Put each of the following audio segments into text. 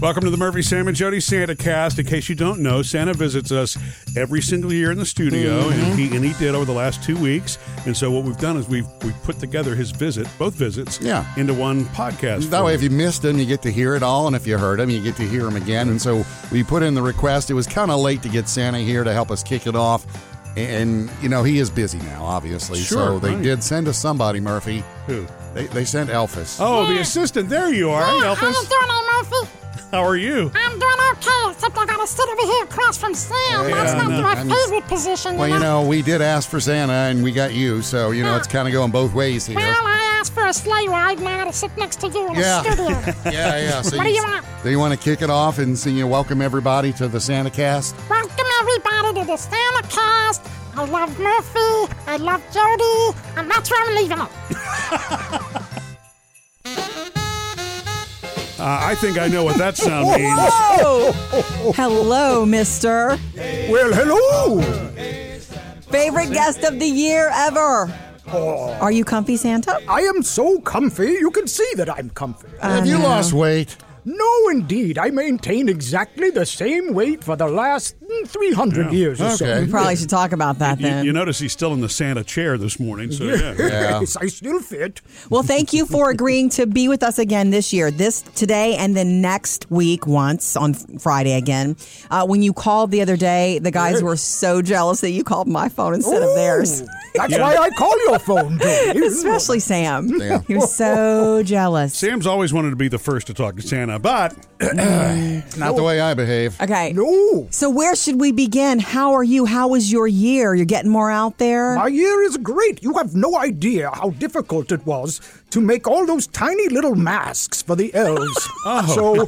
Welcome to the Murphy, Sam, and Jody Santa Cast. In case you don't know, Santa visits us every single year in the studio, and, he, and he did over the last two weeks. And so what we've done is we've we've put together his visit, both visits, Yeah. into one podcast. That way, if you missed them, you get to hear it all, and if you heard them, you get to hear them again. And so we put in the request. It was kind of late to get Santa here to help us kick it off, and you know he is busy now, obviously. Sure, so they right. did send us somebody, Murphy. Who? They, they sent Elvis. Oh, the Yeah. assistant. There you are, Yeah, Elvis. How you doing, eh, Murphy? How are you? I'm doing okay, except I gotta sit over here across from Sam. Yeah, That's I not know. my I'm- favorite position, Well, you know, we did ask for Santa, and we got you, so you know it's kind of going both ways here. Well, I asked for a sleigh ride, and I gotta sit next to you in Yeah. the studio. Yeah, yeah. So What do you want? Do you want to kick it off and see you welcome everybody to the Santa Cast? Welcome everybody to the Santa Cast. I love Murphy. I love Jody, and that's where I'm leaving it. Uh, I think I know what that sound means. Hello, mister. well, hello. Favorite guest of the year ever. Are you comfy, Santa? I am so comfy, you can see that I'm comfy. Have you no. lost weight? no, indeed, I maintain exactly the same weight for the last mm, 300 years or Okay. so. We probably should talk about that You, then. you notice he's still in the Santa chair this morning, so yeah. Yes, I still fit. Well, thank you for agreeing to be with us again this year, this today and then next week once on Friday again. Uh, when you called the other day, the guys were so jealous that you called my phone instead of theirs. Ooh, That's why I call your phone, Tony. Especially Sam. He was so jealous. Sam's always wanted to be the first to talk to Santa, but Not the way I behave. Okay. No, So where should we begin? How are you? How was your year? You're getting more out there? my year is great. You have no idea how difficult it was to make all those tiny little masks for the elves. So,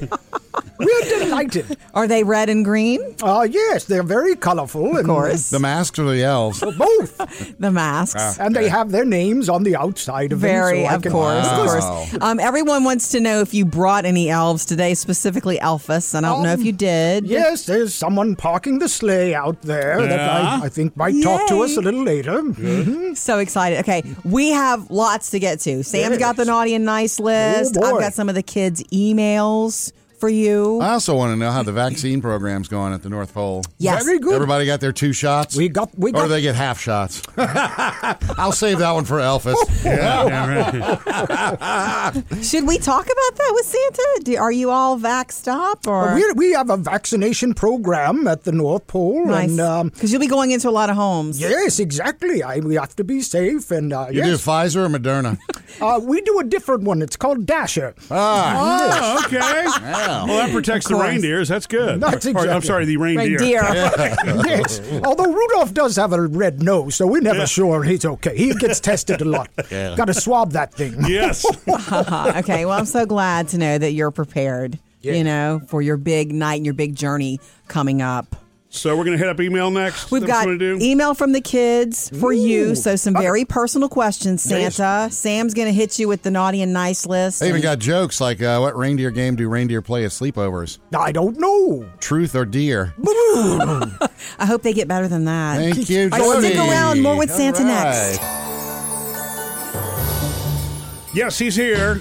we're delighted. Are they red and green? Ah, yes, they're very colorful. Of course. The masks or the elves? Both. The masks. And they have their names on the outside of them, Very, so I of can- course, of Wow. course. Um, everyone wants to know if you brought any elves today, specifically Elphus. and I don't know Um, if you did. Yes, there's someone parking the sleigh out there that Yeah. I, I think might talk to us Yay. a little later. Mhm. So excited. Okay, we have lots to get to. Sam's got the Yes. naughty and nice list. Oh, boy. I've got some of the kids' emails for you. I also want to know how the vaccine program's going at the North Pole. yes. Very good. Everybody got their two shots? We got- we Or got- they get half shots. I'll save that one for Elvis. Oh, Should we talk about that with Santa? Do, are you all vaxxed up or? We we have a vaccination program at the North Pole, Nice. and um, Because you'll be going into a lot of homes. yes, exactly. I, we have to be safe, and uh, You yes, do Pfizer or Moderna? uh, we do a different one. It's called Dasher. Ah, oh, okay. Well, that protects the course. reindeers. That's good. That's Or- or- I'm exactly- sorry, the reindeer. Reindeer. yes, although Rudolph does have a red nose, so we're never sure he's okay. He gets tested a lot. Got to swab that thing. Yes. Haha. okay. Well, I'm so glad to know that you're prepared. You Yeah. know, for your big night and your big journey coming up. So we're gonna hit up email next. We've That's got e- what we do. email from the kids for you. Ooh. So some very personal questions, Santa. Sam's going to hit you with the naughty and nice list. they even and- got jokes like uh, what reindeer game do reindeer play at sleepovers? I don't know. Truth or deer? I hope they get better than that. Thank you, All right, Jody. stick around. More with All Santa right. next. yes, he's here.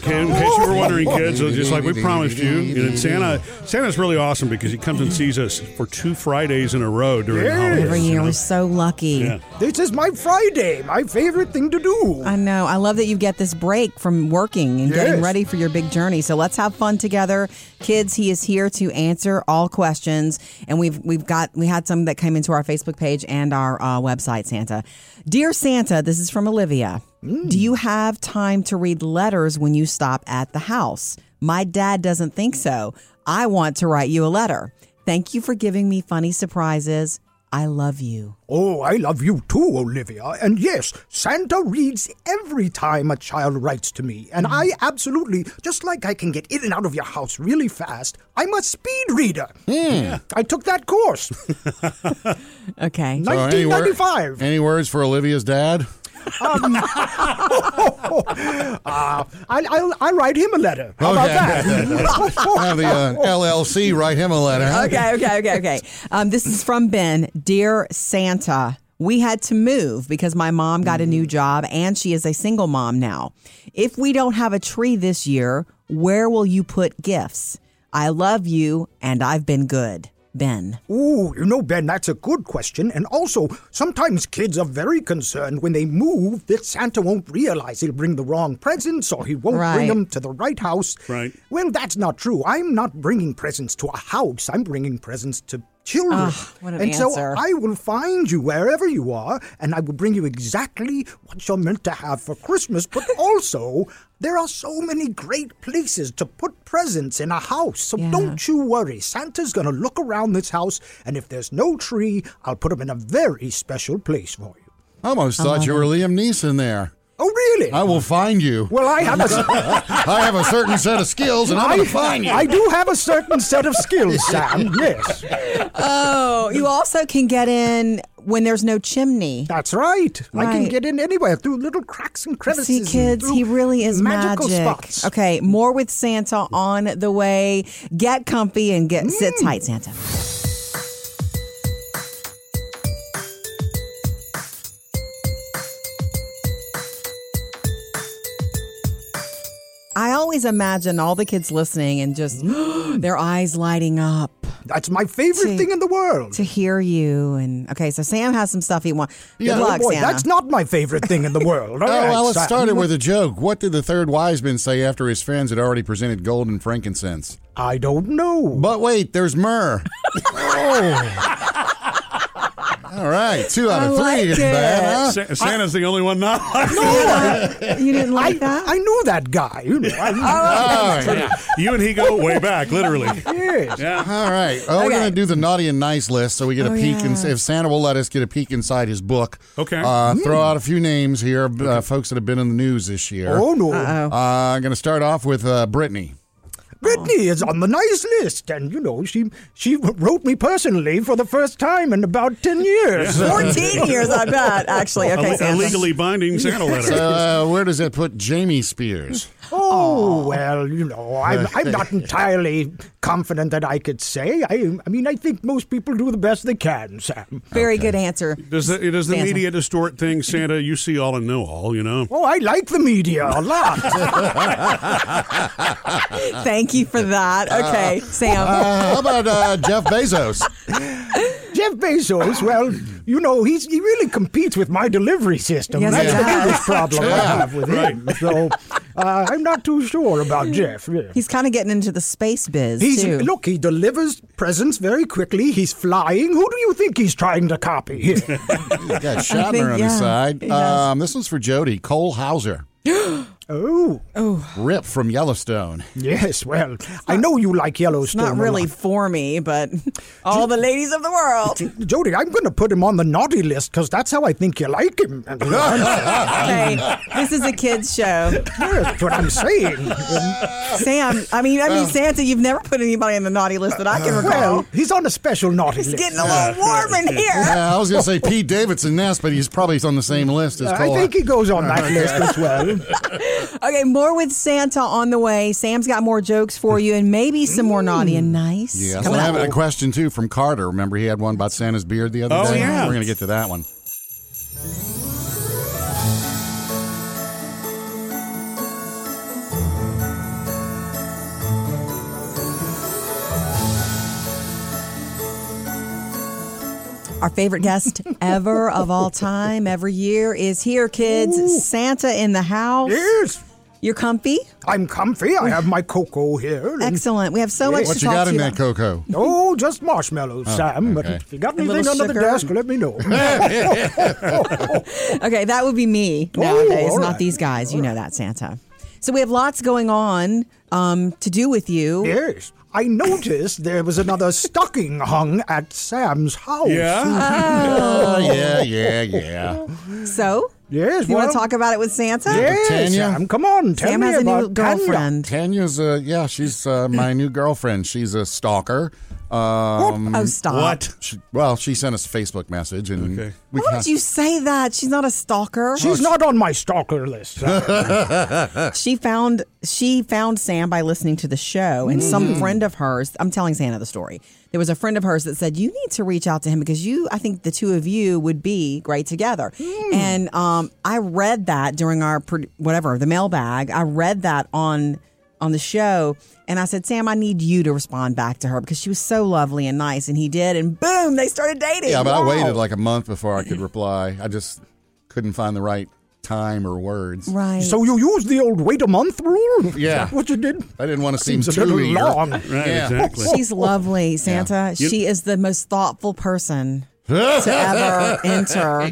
Okay, in case you were wondering, kids, uh, just like we promised you, you know, Santa Santa's really awesome because he comes and sees us for two Fridays in a row during the Yes. holidays. Every you year know? we're so lucky. Yeah. This is my Friday, my favorite thing to do. I know. I love that you get this break from working and getting Yes. ready for your big journey. So let's have fun together, kids. He is here to answer all questions, and we've we've got we had some that came into our Facebook page and our uh, website. Santa, dear Santa, this is from Olivia. Do you have time to read letters when you stop at the house? My dad doesn't think so. I want to write you a letter. Thank you for giving me funny surprises. I love you. Oh, I love you too, Olivia. And yes, Santa reads every time a child writes to me. And I absolutely, just like I can get in and out of your house really fast, I'm a speed reader. Hmm. I took that course. Okay. So any wor- 1995. Any words for Olivia's dad? Uh, I'll, I'll, I'll write him a letter. How about Okay. that? Have Oh, the uh, LLC write him a letter. huh? okay, okay, okay, okay. Um, this is from Ben. Dear Santa, we had to move because my Mm. mom got a new job and she is a single mom now. If we don't have a tree this year, Where will you put gifts? I love you and I've been good. Ben. Ooh, you know, Ben, that's a good question. And also, sometimes kids are very concerned when they move that Santa won't realize he'll bring the wrong presents or he won't bring Right. them to the right house. Right. Well, that's not true. I'm not bringing presents to a house, I'm bringing presents to children. Ah, what an and so answer. I will find you wherever you are, and I will bring you exactly what you're meant to have for Christmas. But also, there are so many great places to put presents in a house. So Yeah. don't you worry. Santa's going to look around this house, and if there's no tree, I'll put him in a very special place for you. Almost thought you were Liam Neeson there. Oh, really? I will find you. well, I have a. I have a certain set of skills, and I'm going to find you. I do have a certain set of skills, Sam. Yes. Oh, you also can get in when there's no chimney. That's right. I can Right. get in anywhere through little cracks and crevices. See, and kids, he through really is magical magic. spots. Okay, more with Santa on the way. Get comfy and get sit Mm. tight, Santa. I always imagine all the kids listening and just their eyes lighting up That's my favorite See. thing in the world. to hear you. And okay, so Sam has some stuff he wants. Good Yeah, oh luck, Oh, boy, Santa. that's not my favorite thing in the world. All Oh, right, well, let's Sam. start Mm-hmm. it with a joke. What did the third wise man say after his friends had already presented gold and frankincense? I don't know. But wait, there's myrrh. All right, two out of three Oh. I like isn't it. bad, huh? Sa- Santa's the only one not. you didn't like that? I know that guy. You know, I All right. you and he go way back, literally. Uh-huh. yes. Yeah. All right. Oh, we're Okay. going to do the naughty and nice list so we get a Oh, peek. yeah. Mm. In, if Santa will let us get a peek inside his book. Okay. Uh, Throw out a few names here, of, uh, folks that have been in the news this year. Oh no, Uh, I'm going to start off with uh, Brittany. Brittany is on the nice list, and you know she she wrote me personally for the first time in about ten years. 14 years, I bet, actually. Okay, A, a Santa. legally binding Santa letter. Uh, where does that put Jamie Spears? Oh well, you know I'm I'm not entirely confident that I could say. I I mean I think most people do the best they can, Sam. Very good answer. Does the, does the Santa. media distort things, Santa? You see all and know all, you know? Oh, I like the media a lot. Thank you for that. Okay, Sam. Uh, how about uh, Jeff Bezos? Jeff Bezos, well, you know, he's, he really competes with my delivery system. Yes, he That's the does. biggest problem I Yeah. have with him. So uh, I'm not too sure about Jeff. yeah. He's kind of getting into the space biz, He's too. look. He delivers presents very quickly. He's flying. Who do you think he's trying to copy? here? He's got Shatner think, on yeah, his side. he does. Um, this one's for Jody. Cole Hauser, oh, Rip from Yellowstone. yes. Well, I know you like It's Yellowstone. not a really lot. for me, but all the ladies of the world. Jody, I'm going to put him on the naughty list because that's how I think you like him. Okay, this is a kids' show. That's what I'm saying. Sam, I mean, I Uh. mean, Santa, you've never put anybody on the naughty list that I can Well, recall. he's on a special naughty It's list. getting a little warm in here. Yeah, I was going to say Pete Davidson next, but he's probably on the same list as I Cole. think he goes on that list as well. Okay, more with Santa on the way. Sam's got more jokes for you, and maybe some more naughty and nice. Yes, coming I have up. a question too from Carter. Remember, he had one about Santa's beard the other Oh, day. yeah. we're going to get to that one. Our favorite guest ever of all time, every year, is here, kids. Santa in the house. Yes. You're comfy? I'm comfy. I have my cocoa here. and- Excellent. We have so much Yes. to What you talk got to in you that about. cocoa? Oh, just marshmallows, okay. Sam. But if you got A little anything under the sugar. desk, let me know. Okay, that would be me nowadays, all not right. these guys. You know that, Santa. So we have lots going on um, to do with you. yes. I noticed there was another stocking hung at Sam's house. Yeah. Oh, yeah, yeah, yeah. So, Yes, you want to well- talk about it with Santa? Yes, Tanya? Sam, come on. Tell Uh, Sam me has a about new girlfriend. Tanya's, uh, yeah, she's uh, my new girlfriend. She's a stalker. Um, Oh, stop. What? she, well, she sent us a Facebook message, and Okay. we Why kin- would you say that? She's not a stalker. Tanya. She's not on my stalker list. Sam. She found she found Sam by listening to the show, and some friend of hers. I'm telling Santa the story. There was a friend of hers that said you need to reach out to him because you, I think the two of you would be great together. And um, I read that during our pro- whatever the mailbag. I read that on on the show. And I said, Sam, I need you to respond back to her because she was so lovely and nice. And he did. And boom, they started dating. Yeah, but I Wow. waited like a month before I could reply. I just couldn't find the right time or words. Right. So you use the old wait a month rule? Yeah. Is that what you did? I didn't want to seem Seems a too little eager. long. Right, Yeah. exactly. She's lovely, Santa. You- She is the most thoughtful person to ever enter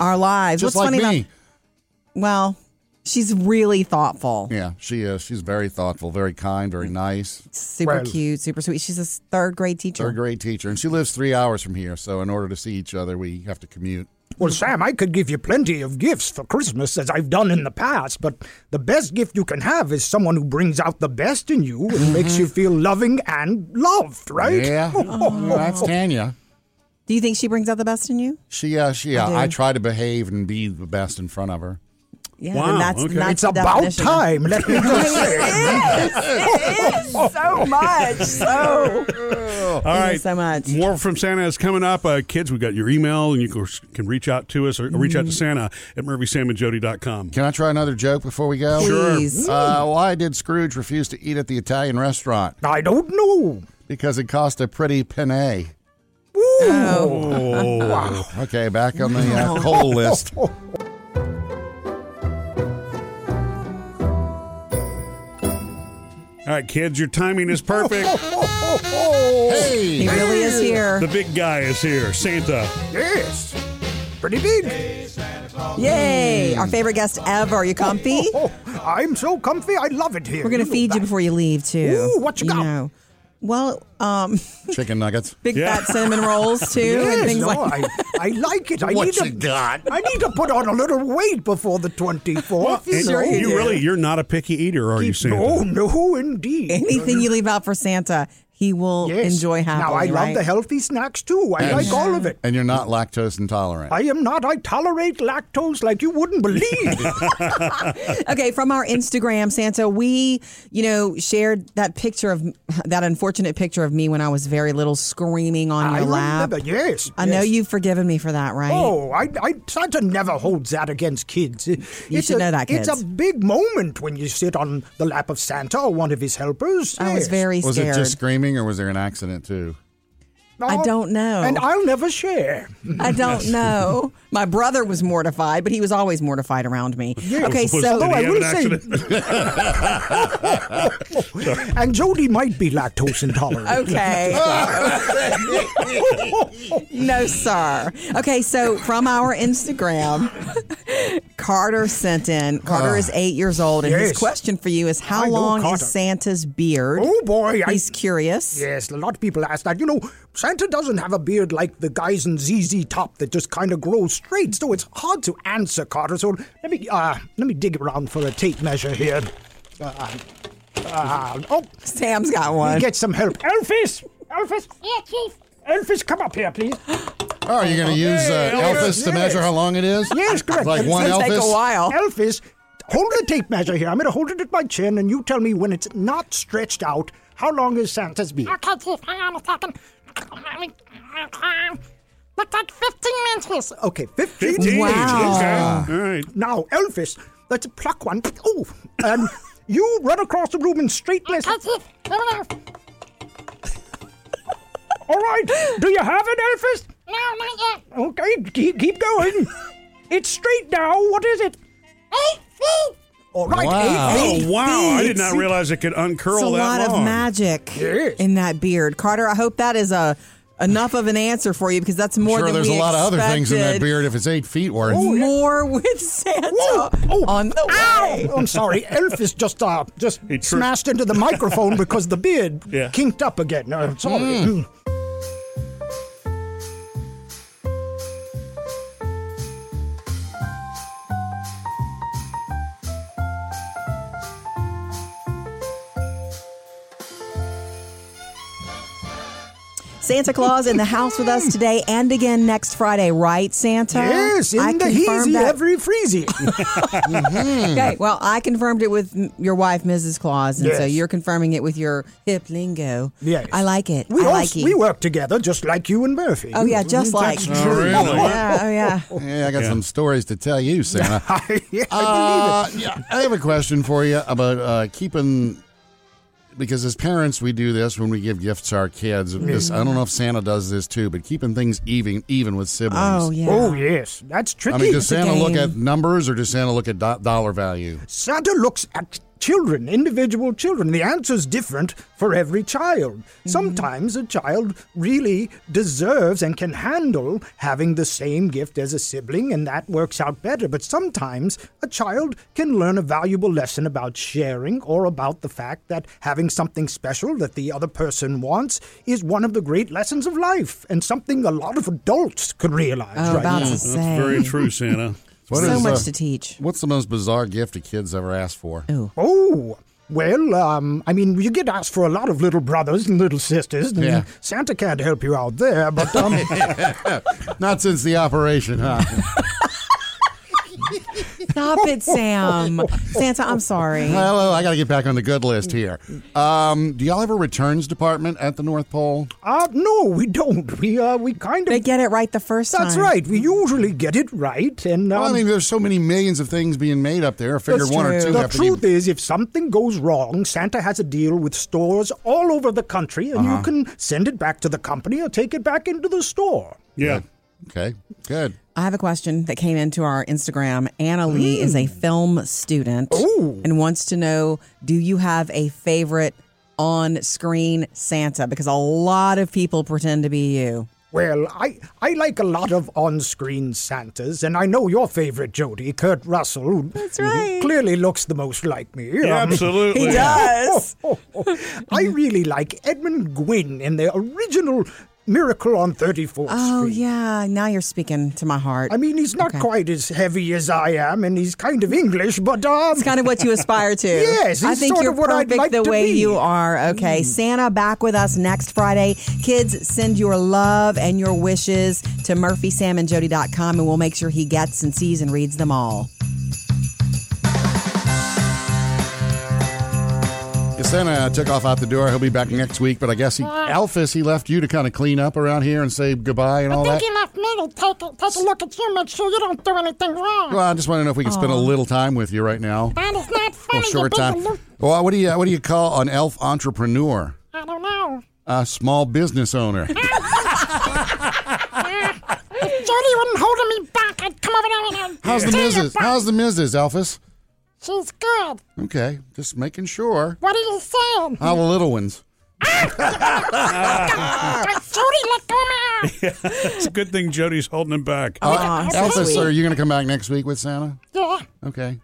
our lives. Just What's like funny me. about well, she's really thoughtful. yeah, she is. She's very thoughtful, very kind, Mm. very nice. Super Well- cute, super sweet. She's a s- third grade teacher. Third grade teacher, and she lives three hours from here. So in order to see each other, we have to commute. Well, Sam, I could give you plenty of gifts for Christmas, as I've done in the past, but the best gift you can have is someone who brings out the best in you and makes you feel loving and loved, right? Yeah, Oh. that's Tanya. Do you think she brings out the best in you? She, uh, she, uh, I do. I, try to behave and be the best in front of her. Yeah, Wow, then that's, okay. that's It's the about definition. time, let me just say. It is so much. So All Thank you right. so much. More from Santa is coming up. Uh, kids, we got your email, and you can- can reach out to us or reach out to Mm-hmm. Santa at murphysamandjody.com. Can I try another joke before we go? Please. Uh, why did Scrooge refuse to eat at the Italian restaurant? I don't know. Because it cost a pretty penne. Oh, Okay, back on the uh, coal list. All right, kids, your timing is perfect. he Hey, really is here. The big guy is here, Santa. Yes. Pretty big. Yay! Our favorite guest ever. You comfy? Oh, I'm so comfy. I love it here. We're gonna know feed you that. before you leave too. Ooh, what you got? know. Well, um, chicken nuggets. big Yeah. fat cinnamon rolls too, and Yes, things no, like. I, I like it. I What need you to, got? I need to put on a little weight before the 24th. And Sure you you do. really, you're not a picky eater, are you, Santa? No, Oh, no, indeed. Anything you leave out for Santa, he will Yes. enjoy happily. Now, I love right? the healthy snacks too. I like all of it. And you're not lactose intolerant. I am not. I tolerate lactose like you wouldn't believe. Okay, from our Instagram, Santa, we, you know, shared that picture of that unfortunate picture of me when I was very little screaming on I your lap. remember. Yes. I know yes. you've forgiven me for that, right? Oh, I, I Santa never holds that against kids. You should a, know that, It's kids. a big moment when you sit on the lap of Santa or one of his helpers. I was Yes. very was scared. it just screaming or was there an accident too? I don't know. And I'll never share. I don't know. My brother was mortified, but he was always mortified around me. Okay, Was- so did he I have will an say- accident? And Jody might be lactose intolerant. Oh. Okay. no, sir. Okay, so from our Instagram, Carter sent in. Carter is eight years old, and his Yes. question for you is How I know long Carter. is Santa's beard? Oh boy, I- He's curious. Yes, a lot of people ask that. You know, Santa doesn't have a beard like the guys in ZZ Top that just kind of grows straight, so it's hard to answer, Carter. So let me uh, let me dig around for a tape measure here. Uh, uh, oh, Sam's got one. get some help. Elvis, Elvis, Yeah, Chief. Elvis, come up here, please. Oh, are you going to use uh, Elvis to measure how long it is? Yes, correct. Like It's one gonna Elvis? take a while. Elvis, hold the tape measure here. I'm going to hold it at my chin, and you tell me when it's not stretched out. How long is Santa's beard? Okay, Chief, hang on a second. Looks like 15 inches. Oh, Okay, 15. 15. Wow. Okay. All right. Now, Elvis, let's pluck one. Oh, and you run across the room in straight lines. Okay, Chief, here it is. All right, do you have it, Elvis? No, not yet. Okay, keep, keep going. It's straight now. What is it? Eight feet. All right, Wow. eight feet. Oh, wow. I did not realize it could uncurl It's a that lot long. of magic Yes. in that beard. Carter, I hope that is a enough of an answer for you because that's more Sure, than there's a we lot of other things in that expected. beard Oh, if it's eight feet worth. More with Santa Whoa. Oh. on the way. Ow! Oh, I'm sorry, Elvis just uh, just He tripped. smashed into the microphone because the beard Yeah. kinked up again. Uh, sorry. Hmm. Mm. Santa Claus in the house with us today and again next Friday, right, Santa? Yes, in I the confirmed heezy, that. every freezy. Okay, well, I confirmed it with m- your wife, Mrs. Claus, and so Yes. you're confirming it with your hip lingo. Yes. I like it. We I all like it. we work together just like you and Murphy. Oh, yeah, just like. That's Oh, true. really? Yeah, oh, yeah. Yeah, I got some stories to tell you, Santa. Oh, yeah, I believe it. Uh, yeah, I have a question for you about uh, keeping because as parents we do this when we give gifts to our kids. This, I don't know if Santa does this too, but keeping things even even with siblings. Oh yeah. Oh, yes. That's tricky. I mean, does a Santa look game. at numbers or does Santa look at do- dollar value? Santa looks at children, individual children. The answer's different for every child. Sometimes a child really deserves and can handle having the same gift as a sibling, and that works out better. But sometimes a child can learn a valuable lesson about sharing or about the fact that having something special that the other person wants is one of the great lessons of life and something a lot of adults could realize Oh, right about now. to That's say. very true, Santa. What so is, much uh, to teach. What's the most bizarre gift a kid's ever asked for? Oh, well, um, I mean, you get asked for a lot of little brothers and little sisters, and Yeah. Santa can't help you out there, but um, Not since the operation, huh? Stop it, Sam. Santa, I'm sorry. Hello, I got to get back on the good list here. Um, do y'all have a returns department at the North Pole? uh, no, we don't. We, uh, we kind of. They get it right the first time. that's right. We usually get it right, and um, Well, I mean, there's so many millions of things being made up there. I figure That's one or true. two the have to truth be. is, if something goes wrong, Santa has a deal with stores all over the country, and Uh-huh. you can send it back to the company or take it back into the store. Yeah. Okay, good. I have a question that came into our Instagram. Anna Lee is Hmm. a film student and wants to know do you have a favorite on screen Santa? Because a lot of people pretend to be you. Well, I, I like a lot of on screen Santas, and I know your favorite Jody, Kurt Russell, who That's right. clearly looks the most like me. Um, Absolutely. He does. I really like Edmund Gwynn in the original Miracle on 34th Oh, Street. yeah. Now you're speaking to my heart. I mean, he's not Okay. quite as heavy as I am, and he's kind of English, but um, It's kind of what you aspire to. Yes, I it's think sort you're of what I'd perfect like the to way be. Hmm. you are. Okay, Santa back with us next Friday. Kids, send your love and your wishes to murphysamandjody.com and we'll make sure he gets and sees and reads them all. If Santa took off out the door. He'll be back next week, but I guess he, Alphys, he left you to kind of clean up around here and say goodbye and I all think that. he left me to take a, take a look at you, make sure you don't do anything wrong. Well, I just want to know if we can spend a little time with you right now. that is not A funny. short you time. big aloof- Well, what do you what do you call an elf entrepreneur? I don't know. A small business owner. If Jody wouldn't hold me back, I'd come over there and I'd How's the tell you missus? about- How's the missus, Alphys? She's good. Okay, just making sure. What are you saying? How the little ones? But Jody, let go of my arm. It's a good thing Jody's holding him Oh, back. Aw, so Alphys, sweet. are you going to come back next week with Santa? Yeah, Okay.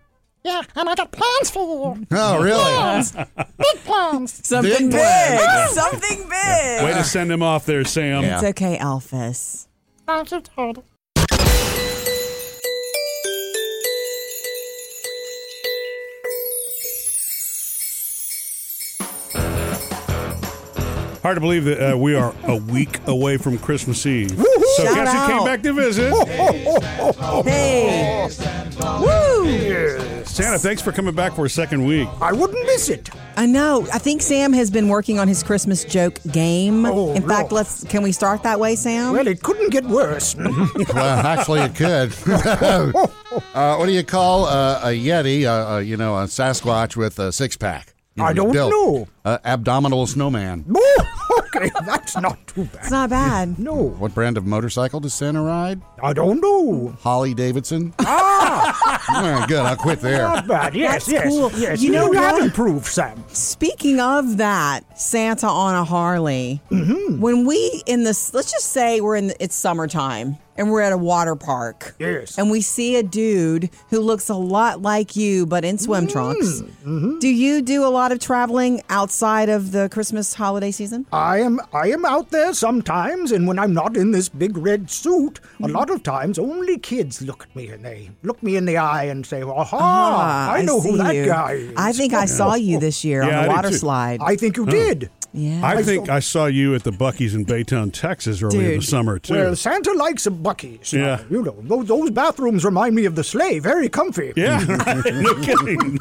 yeah, and I got plans for you. Oh, really? Big plans. Something Big big. plans. Something big. Way to send him off there, Sam. Yeah. It's okay, Alphys. Thank you, Jody. Hard to believe that uh, we are a week away from Christmas Eve. So Shout guess who came out. back to visit? Hey. Woo! Santa, thanks for coming back for a second week. I wouldn't miss it. I know. I think Sam has been working on his Christmas joke game. Oh, In fact, no. let's can we start that way, Sam? Well, it couldn't get worse. well, actually, it could. uh, what do you call uh, a Yeti, uh, uh, you know, a Sasquatch with a six pack? I don't know. Uh, abdominal snowman. oh, okay, that's not too It's bad. not bad. No, What brand of motorcycle does Santa ride? I don't know. Holly Davidson. Ah! good. I'll quit there. Not Ah, bad. Yes, That's yes, cool. yes. You know have what? improved, Sam. Speaking of that, Santa on a Harley. Mm-hmm. When we in this, let's just say we're in it's summertime and we're at a water park. Yes. And we see a dude who looks a lot like you, but in swim trunks. Mm, mm-hmm. Do you do a lot of traveling outside of the Christmas holiday season? I am I am out there sometimes, and when I'm not in this big red suit, a lot of times only kids look at me and they look me in the eye and say, "Aha! Ah, I know who see that you. guy is." I think I saw you this year Yeah, I on did the water too. slide. I think you did. yeah. I think I saw you at the Bucky's in Baytown, Texas early in the Dude. summer, too. Well, Santa likes a Bucky. so, Yeah. You know, those, those bathrooms remind me of the sleigh. Very comfy. yeah, right. no kidding.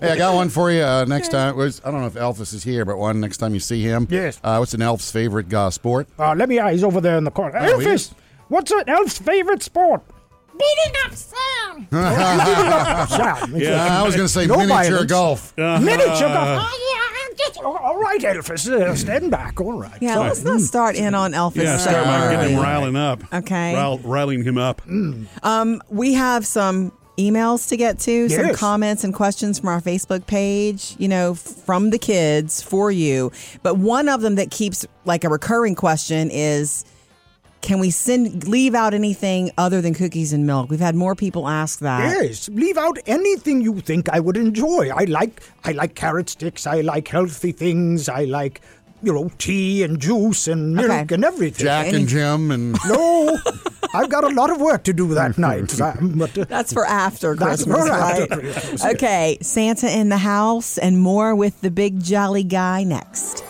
Hey, I got one for you uh, next time. was- I don't know if Elvis is here, but one next time you see him. Yes. Uh, what's an elf's favorite uh, sport? Uh, let me, uh, he's over there in the corner. Oh, he Elvis, is? what's an elf's favorite sport? Beating up Sam. Sam, it's Uh, a I was going to say No miniature violence. Uh, golf. Miniature golf. oh, yeah, I All- all right, Elvis, uh, stand back. All right. Yeah, let's Mm. not start in on Elvis. Yeah, so sorry, I'm getting him early. riling up. Okay. Rile, riling him up. We have some emails to get to, some Yes. comments and questions from our Facebook page, you know, from the kids for you. But one of them that keeps like a recurring question is can we send leave out anything other than cookies and milk? We've had more people ask that. Yes, leave out anything you think I would enjoy. I like I like carrot sticks. I like healthy things. I like you know tea and juice and milk Okay. and everything. Jack Any- and Jim and No, I've got a lot of work to do that night. Um, But uh, That's for after That's Christmas, for right? after Christmas, yes. Okay, Santa in the house and more with the big jolly guy next.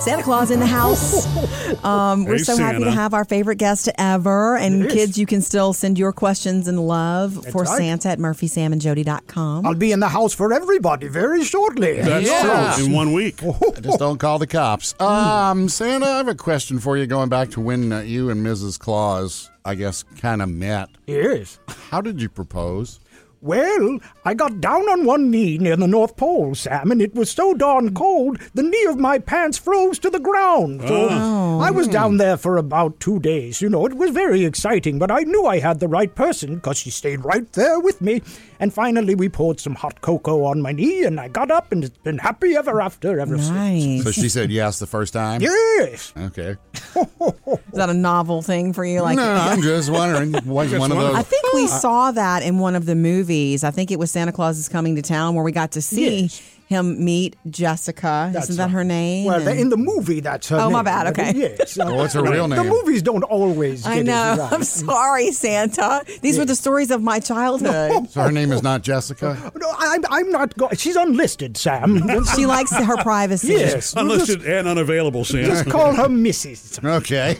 Santa Claus in the house. Um, we're Hey, so happy to Santa. have our favorite guest ever. And Yes. kids, you can still send your questions and love for right. Santa at murphysamandjody.com. I'll be in the house for everybody very shortly. That's Yeah. true. In one week. Oh. just don't call the cops. Hmm. Um, Santa, I have a question for you going back to when uh, you and Mrs. Claus, I guess, kind of met. Yes. How did you propose? Well, I got down on one knee near the North Pole, Sam, and it was so darn cold, the knee of my pants froze to the ground. Oh. So I was down there for about two days. You know, it was very exciting, but I knew I had the right person because she stayed right there with me. And finally, we poured some hot cocoa on my knee, and I got up, and it's been happy ever after ever since. Nice. So she said yes the first time? Yes. Okay. Is that a novel thing for you? Like, no, I'm just wondering. Was one of wondering. I those? think we saw that in one of the movies. I think it was Santa Claus is Coming to Town, where we got to see Yes. him meet Jessica. Isn't that her name? Well, And- in the movie, that's her Oh, name. my bad, but, uh, okay. Yes. Oh, what's her real The name? movies don't always get I it know. right. I'm sorry, Santa. These were the stories of my childhood. So her name is not Jessica. No, I'm, I'm not going. She's unlisted, Sam. She likes her privacy. yes. we'll Unlisted Just, and unavailable, Santa. just call her Mrs. Okay.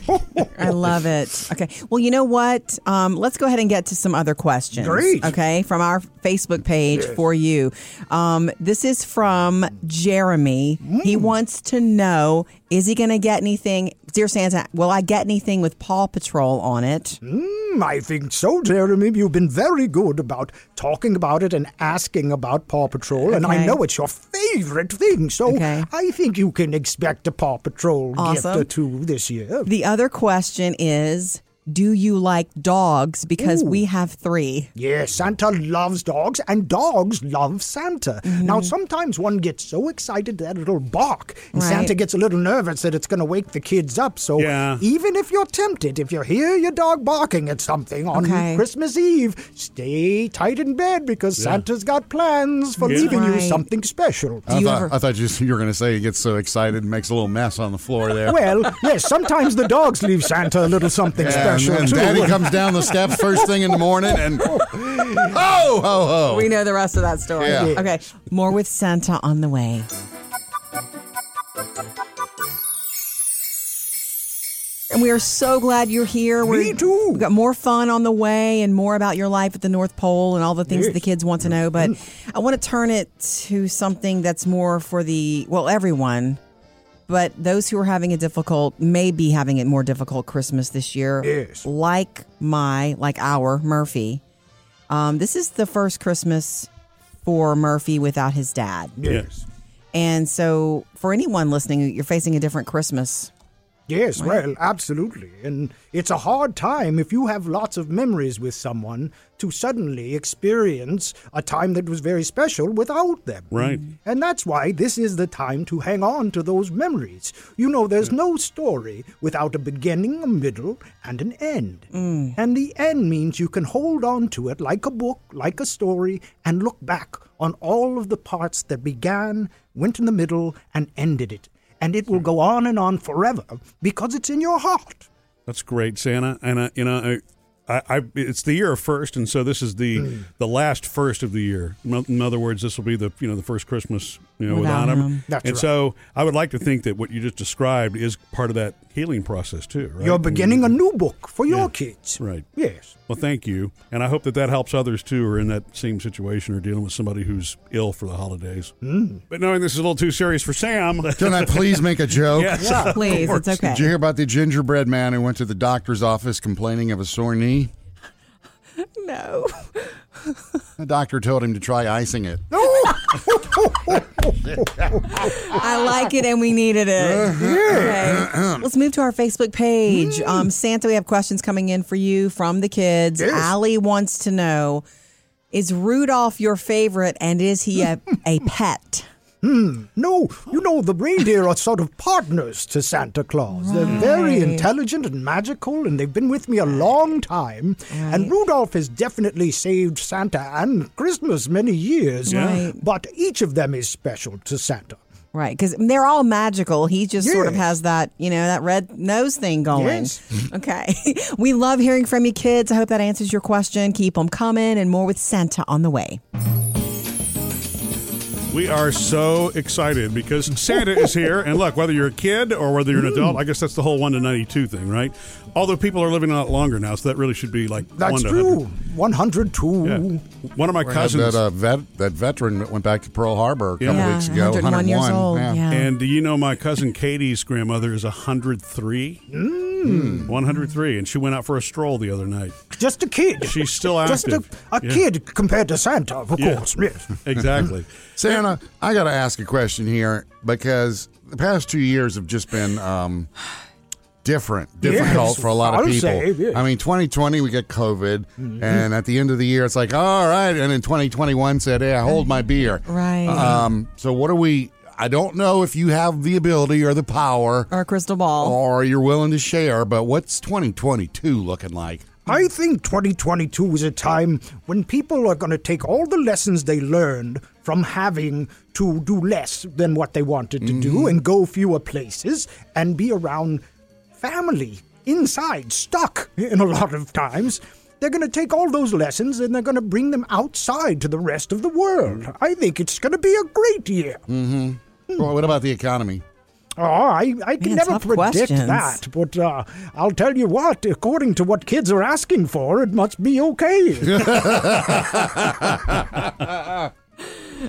I love it. Okay. Well, you know what? Um, let's go ahead and get to some other questions. Great. Okay. From our Facebook page for you. Um, this is from Jeremy. He wants to know is he going to get anything? Dear Santa, will I get anything with Paw Patrol on it? Hmm, I think so, Jeremy. You've been very good about talking about it and asking about Paw Patrol, and I Okay. know it's your favorite thing. So Okay. I think you can expect a Paw Patrol gift Awesome. or two this year. The other question is do you like dogs? Because we have three. Yes, Santa loves dogs, and dogs love Santa. Now, sometimes one gets so excited that it'll bark, and Right. Santa gets a little nervous that it's going to wake the kids up. So, Yeah. even if you're tempted, if you hear your dog barking at something on Okay. Christmas Eve, stay tight in bed because Santa's got plans for Yeah. leaving you Right. something special. Do I you thought, ever- I thought you, you were going to say he gets so excited and makes a little mess on the floor there. well, yes, sometimes the dogs leave Santa a little something Yeah, and special, then too. Daddy comes down the steps first thing in the morning and oh, ho, ho. We know the rest of that story. Yeah. Okay. More with Santa on the way. And we are so glad you're here. We're, too. We've got more fun on the way and more about your life at the North Pole and all the things that the kids want to know. But I want to turn it to something that's more for the, well, everyone. But those who are having a difficult, may be having a more difficult Christmas this year. Yes. Like my, like our Murphy. Um, this is the first Christmas for Murphy without his dad. Yes. And so, for anyone listening, you're facing a different Christmas. Yes, well, absolutely. And it's a hard time if you have lots of memories with someone to suddenly experience a time that was very special without them. Right. And that's why this is the time to hang on to those memories. You know, there's no story without a beginning, a middle, and an end. And the end means you can hold on to it like a book, like a story, and look back on all of the parts that began, went in the middle, and ended it. And it will go on and on forever because it's in your heart. That's great, Santa. And I, you know, I, I, I, it's the year of first, Mm. and so this is the the last first of the year. In oth- In other words, this will be the you know the first Christmas you know, Without without, him. him. That's and right. so I would like to think that what you just described is part of that healing process too. Right? Mm. You're beginning a new book for your kids. Right. Yes. Well, thank you, and I hope that that helps others too, who are in that same situation or dealing with somebody who's ill for the holidays. Mm. But knowing this is a little too serious for Sam, Can I please make a joke? yes, of Please, course. it's okay. Did you hear about the gingerbread man who went to the doctor's office complaining of a sore knee? No. The doctor told him to try icing it. I like it and we needed it. Okay. Let's move to our Facebook page. Um, Santa, we have questions coming in for you from the kids. Yes. Allie wants to know Is Rudolph your favorite and is he a, a pet? No, you know, the reindeer are sort of partners to Santa Claus. They're very intelligent and magical, and they've been with me a long time. And Rudolph has definitely saved Santa and Christmas many years. Yeah. Right. But each of them is special to Santa. Right, because they're all magical. He just sort of Yes. has that, you know, that red nose thing going. Yes. Okay. we love hearing from you kids. I hope that answers your question. Keep them coming and more with Santa on the way. We are so excited because Santa is here. And look, whether you're a kid or whether you're an adult, I guess that's the whole 1 to 92 thing, right? Although people are living a lot longer now, so that really should be like That's 1 to true. 100. 102. Yeah. One of my Had cousins. That, uh, vet, that veteran that went back to Pearl Harbor a couple Yeah, weeks ago, 101 years old. yeah. Yeah. and do you know my cousin Katie's grandmother is 103? Mm. 103. And she went out for a stroll the other night. Just a kid. She's still Just a, active. a Yeah. kid compared to Santa, of Yeah. course. Yes. Exactly. Santa, I got to ask a question here because the past two years have just been um, different, difficult for a lot of I'll people. say, yes. I mean, 2020 we get COVID, Mm-hmm. and at the end of the year it's like, all right, and then 2021 said, hey, I hold my beer. Right. Um, so what are we? I don't know if you have the ability or the power. Or a crystal ball. or you're willing to share, but what's 2022 looking like? I think 2022 is a time when people are going to take all the lessons they learned from having to do less than what they wanted to do and go fewer places and be around family inside, stuck in a lot of times. They're going to take all those lessons and they're going to bring them outside to the rest of the world. I think it's going to be a great year. Hmm. Well, what about the economy? Oh, I, I can Man, never tough predict questions. that, but uh, I'll tell you what, according to what kids are asking for, it must be okay.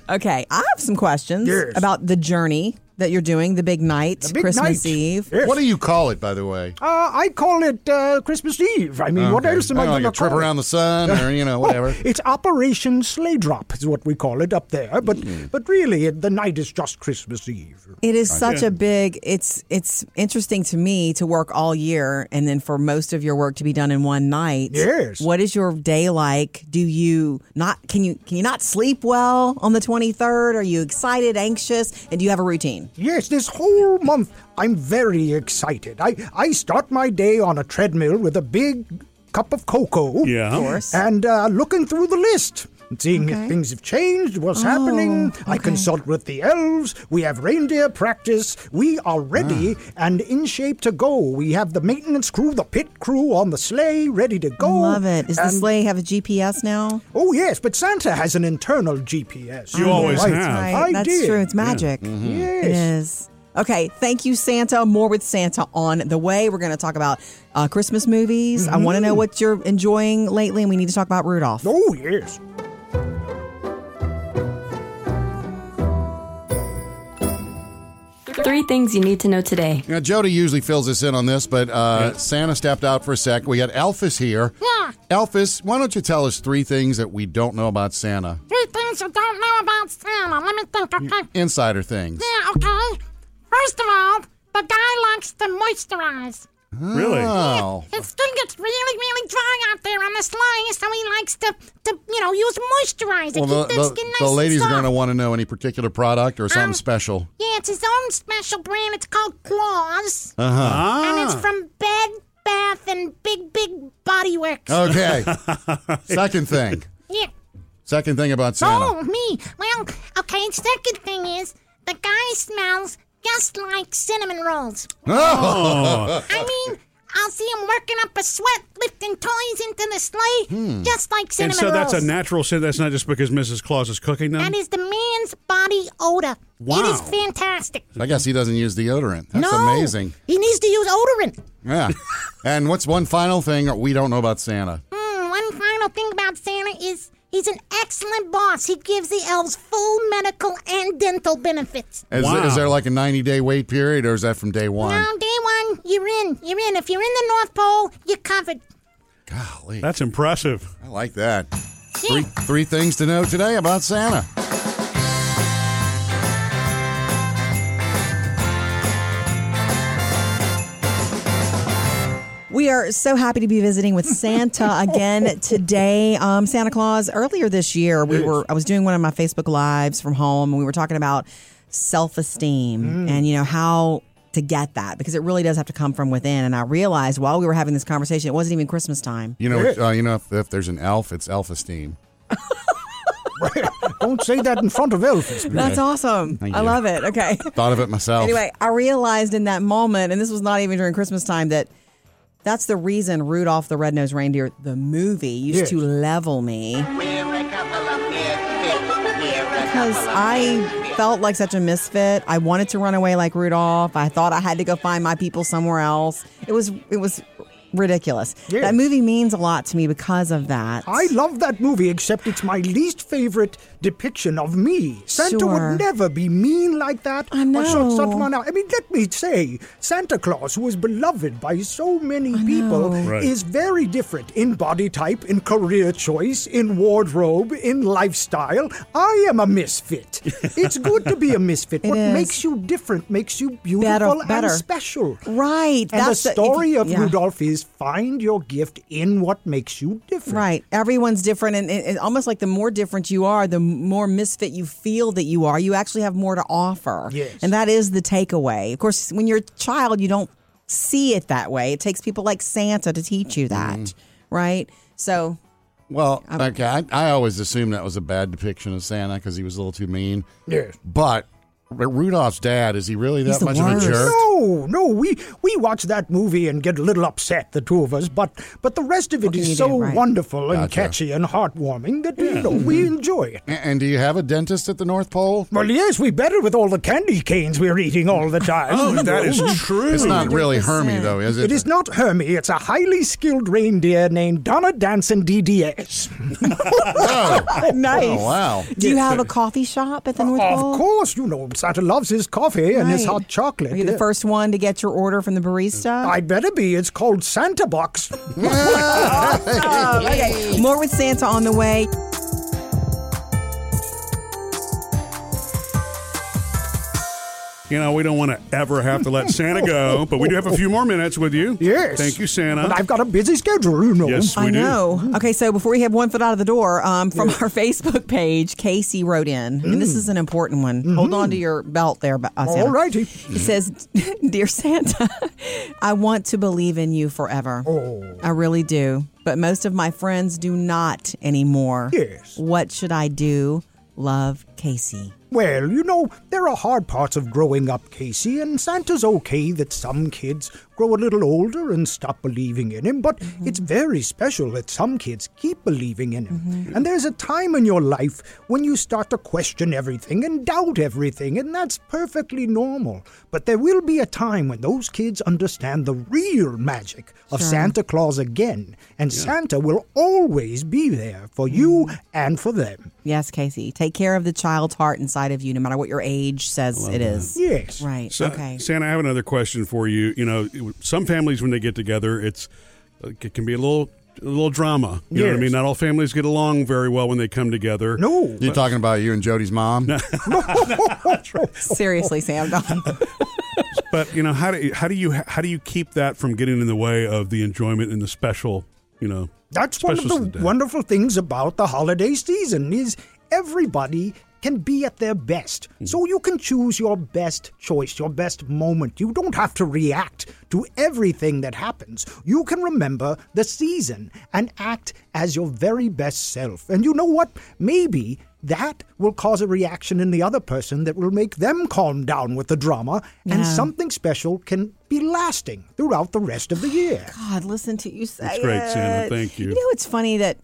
Okay, I have some questions Yes. about the journey that you're doing, the big night, big Christmas night. Eve. Yes. What do you call it, by the way? Uh, I call it uh, Christmas Eve. I mean, what Okay. else am I Oh, going like to a trip call around it? the sun, or you know, whatever. Oh, it's Operation Sleigh Drop is what we call it up there. But Hmm. but really, it, the night is just Christmas Eve. It is such a big. It's it's interesting to me to work all year and then for most of your work to be done in one night. Yes. What is your day like? Do you not can you can you not sleep well on the 23rd? Are you excited, anxious, and do you have a routine? Yes, this whole month I'm very excited. I, I start my day on a treadmill with a big cup of cocoa. Yeah. Of course. and uh, looking through the list, seeing if things have changed, what's happening. Oh, I consult with the elves. We have reindeer practice. We are ready Ah. and in shape to go. We have the maintenance crew, the pit crew on the sleigh, ready to go. Love it. Is the Oh, And- sleigh have a GPS now? Oh yes, but Santa has an internal GPS. You You're always right. have. Right. I Oh, That's did. true. It's Mm. magic. Yes. It is. Okay, thank you, Santa. More with Santa on the way. We're going to talk about uh, Christmas movies. I want to Mm-hmm. know what you're enjoying lately, and we need to talk about Rudolph. Oh yes. Three things you need to know today. Now, Jody usually fills us in on this, but uh, Santa stepped out for a sec. We got Elphys here. Yeah. Elphys, why don't you tell us three things that we don't know about Santa? Three things you don't know about Santa. Let me think, okay? Insider things. Yeah, okay. First of all, the guy likes to moisturize. really? Oh. His skin gets really, really dry out there on the sleigh, so he likes to, to you know, use moisturizer. Well, keep the, that skin the, nice the ladies and are soft. going to want to know any particular product or something Um, special. Yeah, it's his own special brand. It's called Claws. Uh-huh. And it's from Bed, Bath, and Big, Big Body Works. Uh. Okay. Second thing. yeah. Second thing about Santa. Oh, me. Well, okay, second thing is Oh. the guy smells just like cinnamon rolls. I mean, I'll see him working up a sweat, lifting toys into the sleigh, just like cinnamon Hmm. and so rolls. that's a natural scent. That's not just because Mrs. Claus is cooking them. that is the man's body odor. It is Wow. fantastic. I guess he doesn't use deodorant. That's no, amazing. He needs to use odorant. Yeah. and what's one final thing we don't know about Santa? Hmm, one final thing about Santa is he's an excellent boss. He gives the elves full medical and dental benefits. Is, Wow. is there like a 90 day wait period or is that from day one? Now, day one, you're in. You're in. If you're in the North Pole, you're covered. Golly. That's impressive. I like that. Yeah. Three, three things to know today about Santa. We are so happy to be visiting with Santa again today. Um, Santa Claus. Earlier this year, we were I was doing one of my Facebook lives from home, and we were talking about self esteem Mm. and you know how to get that because it really does have to come from within. And I realized while we were having this conversation, it wasn't even Christmas time. You know, uh, you know, if, if there's an elf, it's elf esteem. Don't say that in front of Elvis. That's awesome. Thank I you. love it. Okay. Thought of it myself. Anyway, I realized in that moment, and this was not even during Christmas time, that that's the reason Rudolph the Red-Nosed Reindeer, the movie, used Yes. to level me. We're a couple of misfits. We're a Because couple of I misfits. felt like such a misfit. I wanted to run away like Rudolph. I thought I had to go find my people somewhere else. It was it was ridiculous. Yeah. That movie means a lot to me because of that. I love that movie, except it's my least favorite depiction of me. Santa Sure. would never be mean like that. I Or sort, know. sort of man out. I mean, let me say, Santa Claus, who is beloved by so many people, Right. is very different in body type, in career choice, in wardrobe, in lifestyle. I am a misfit. it's good to be a misfit. It what is. makes you different makes you beautiful better. and special. Right. And that's the if you- story of yeah. Rudolph is find your gift in what makes you different. Right. Everyone's different. And, and, and almost like the more different you are, the more misfit you feel that you are. You actually have more to offer. Yes. And that is the takeaway. Of course, when you're a child, you don't see it that way. It takes people like Santa to teach you that. Mm-hmm. Right. So, well, okay, I, I always assumed that was a bad depiction of Santa because he was a little too mean. Yes. But R- Rudolph's dad, is he really that the much worst. of a jerk? No, no, we we watch that movie and get a little upset, the two of us, but but the rest of it can is you do, so right? Mm-hmm. wonderful and Gotcha. catchy and heartwarming that you know we enjoy it. A- And do you have a dentist at the North Pole? Well, yes, we better with all the candy canes we're eating all the time. Oh, you that know. is true. It's not really 100%. Hermy, though, is it? It is not Hermie. It's a highly skilled reindeer named Donna Danson DDS. Oh. nice. Oh, wow. Do you have a coffee shop at the North Pole? Of course, you know Santa loves his coffee and his Oh. Right. hot chocolate. Are you the Yeah. first one to get your order from the barista? I'd better be. It's called Santa Box. Oh, okay. More with Santa on the way. You know, we don't want to ever have to let Santa go, but we do have a few more minutes with you. Yes. Thank you, Santa. But I've got a busy schedule, you know. yes, we I do. know. Okay, so before we have one foot out of the door, um, from our Facebook page, Casey wrote in, and this is an important one. Hold on to your belt there, uh, Santa. All righty. It says, Dear Santa, I want to believe in you forever. I really do. But most of my friends do not anymore. Yes. What should I do? Love, Casey. Well, you know, there are hard parts of growing up, Casey, and Santa's okay that some kids grow a little older and stop believing in him, but it's very special that some kids keep believing in him. And there's a time in your life when you start to question everything and doubt everything, and that's perfectly normal. But there will be a time when those kids understand the real magic of Santa Claus again, and Santa will always be there for you and for them. Yes, Casey. Take care of the child's heart inside of you, no matter what your age says it is. Yes. Right. So, okay. Santa, I have another question for you. You know, some families when they get together, it's uh, it can be a little a little drama. You know what I Yes. mean? Not all families get along very well when they come together. No. You're talking about you and Jody's mom? Seriously, Sam. Don't. But you know, how do how do you how do you keep that from getting in the way of the enjoyment and the special? You know, That's one of specials the day? wonderful things about the holiday season is everybody can be at their best. So you can choose your best choice, your best moment. You don't have to react to everything that happens. You can remember the season and act as your very best self. And you know what? Maybe that will cause a reaction in the other person that will make them calm down with the drama, and Yeah. something special can be lasting throughout the rest of the year. God, listen to you say That's great, Santa. it. Thank you. You know, it's funny that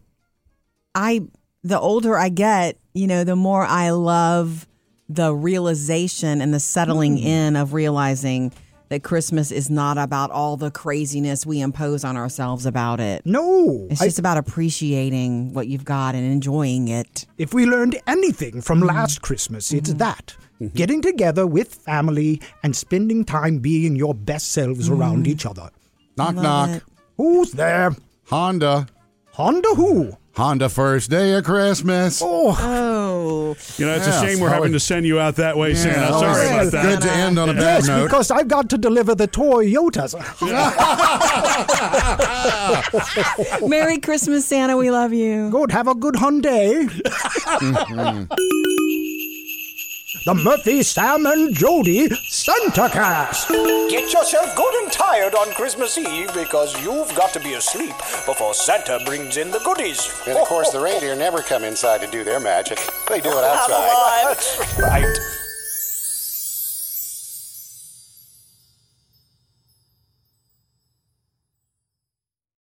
I, the older I get, you know, the more I love the realization and the settling Hmm. in of realizing that Christmas is not about all the craziness we impose on ourselves about it. No, It's I- just about appreciating what you've got and enjoying it. If we learned anything from Mm-hmm. last Christmas, it's that. Getting together with family and spending time being your best selves around Mm-hmm. each other. Knock, knock. it. Who's there? Honda. Honda who? Honda first day of Christmas. Oh, Oh, You know, it's a Yeah, shame we're having always- to send you out that way, Yeah, Santa. Sorry always about that. Good to end on a bad yes, note. because I've got to deliver the Toyotas. Merry Christmas, Santa. We love you. good, have a good Hyundai. Mm-hmm. the Murphy, Sam, and Jody SantaCast. Get yourself good and tired on Christmas Eve because you've got to be asleep before Santa brings in the goodies. And of course, the reindeer never come inside to do their magic. They do it outside. That's right.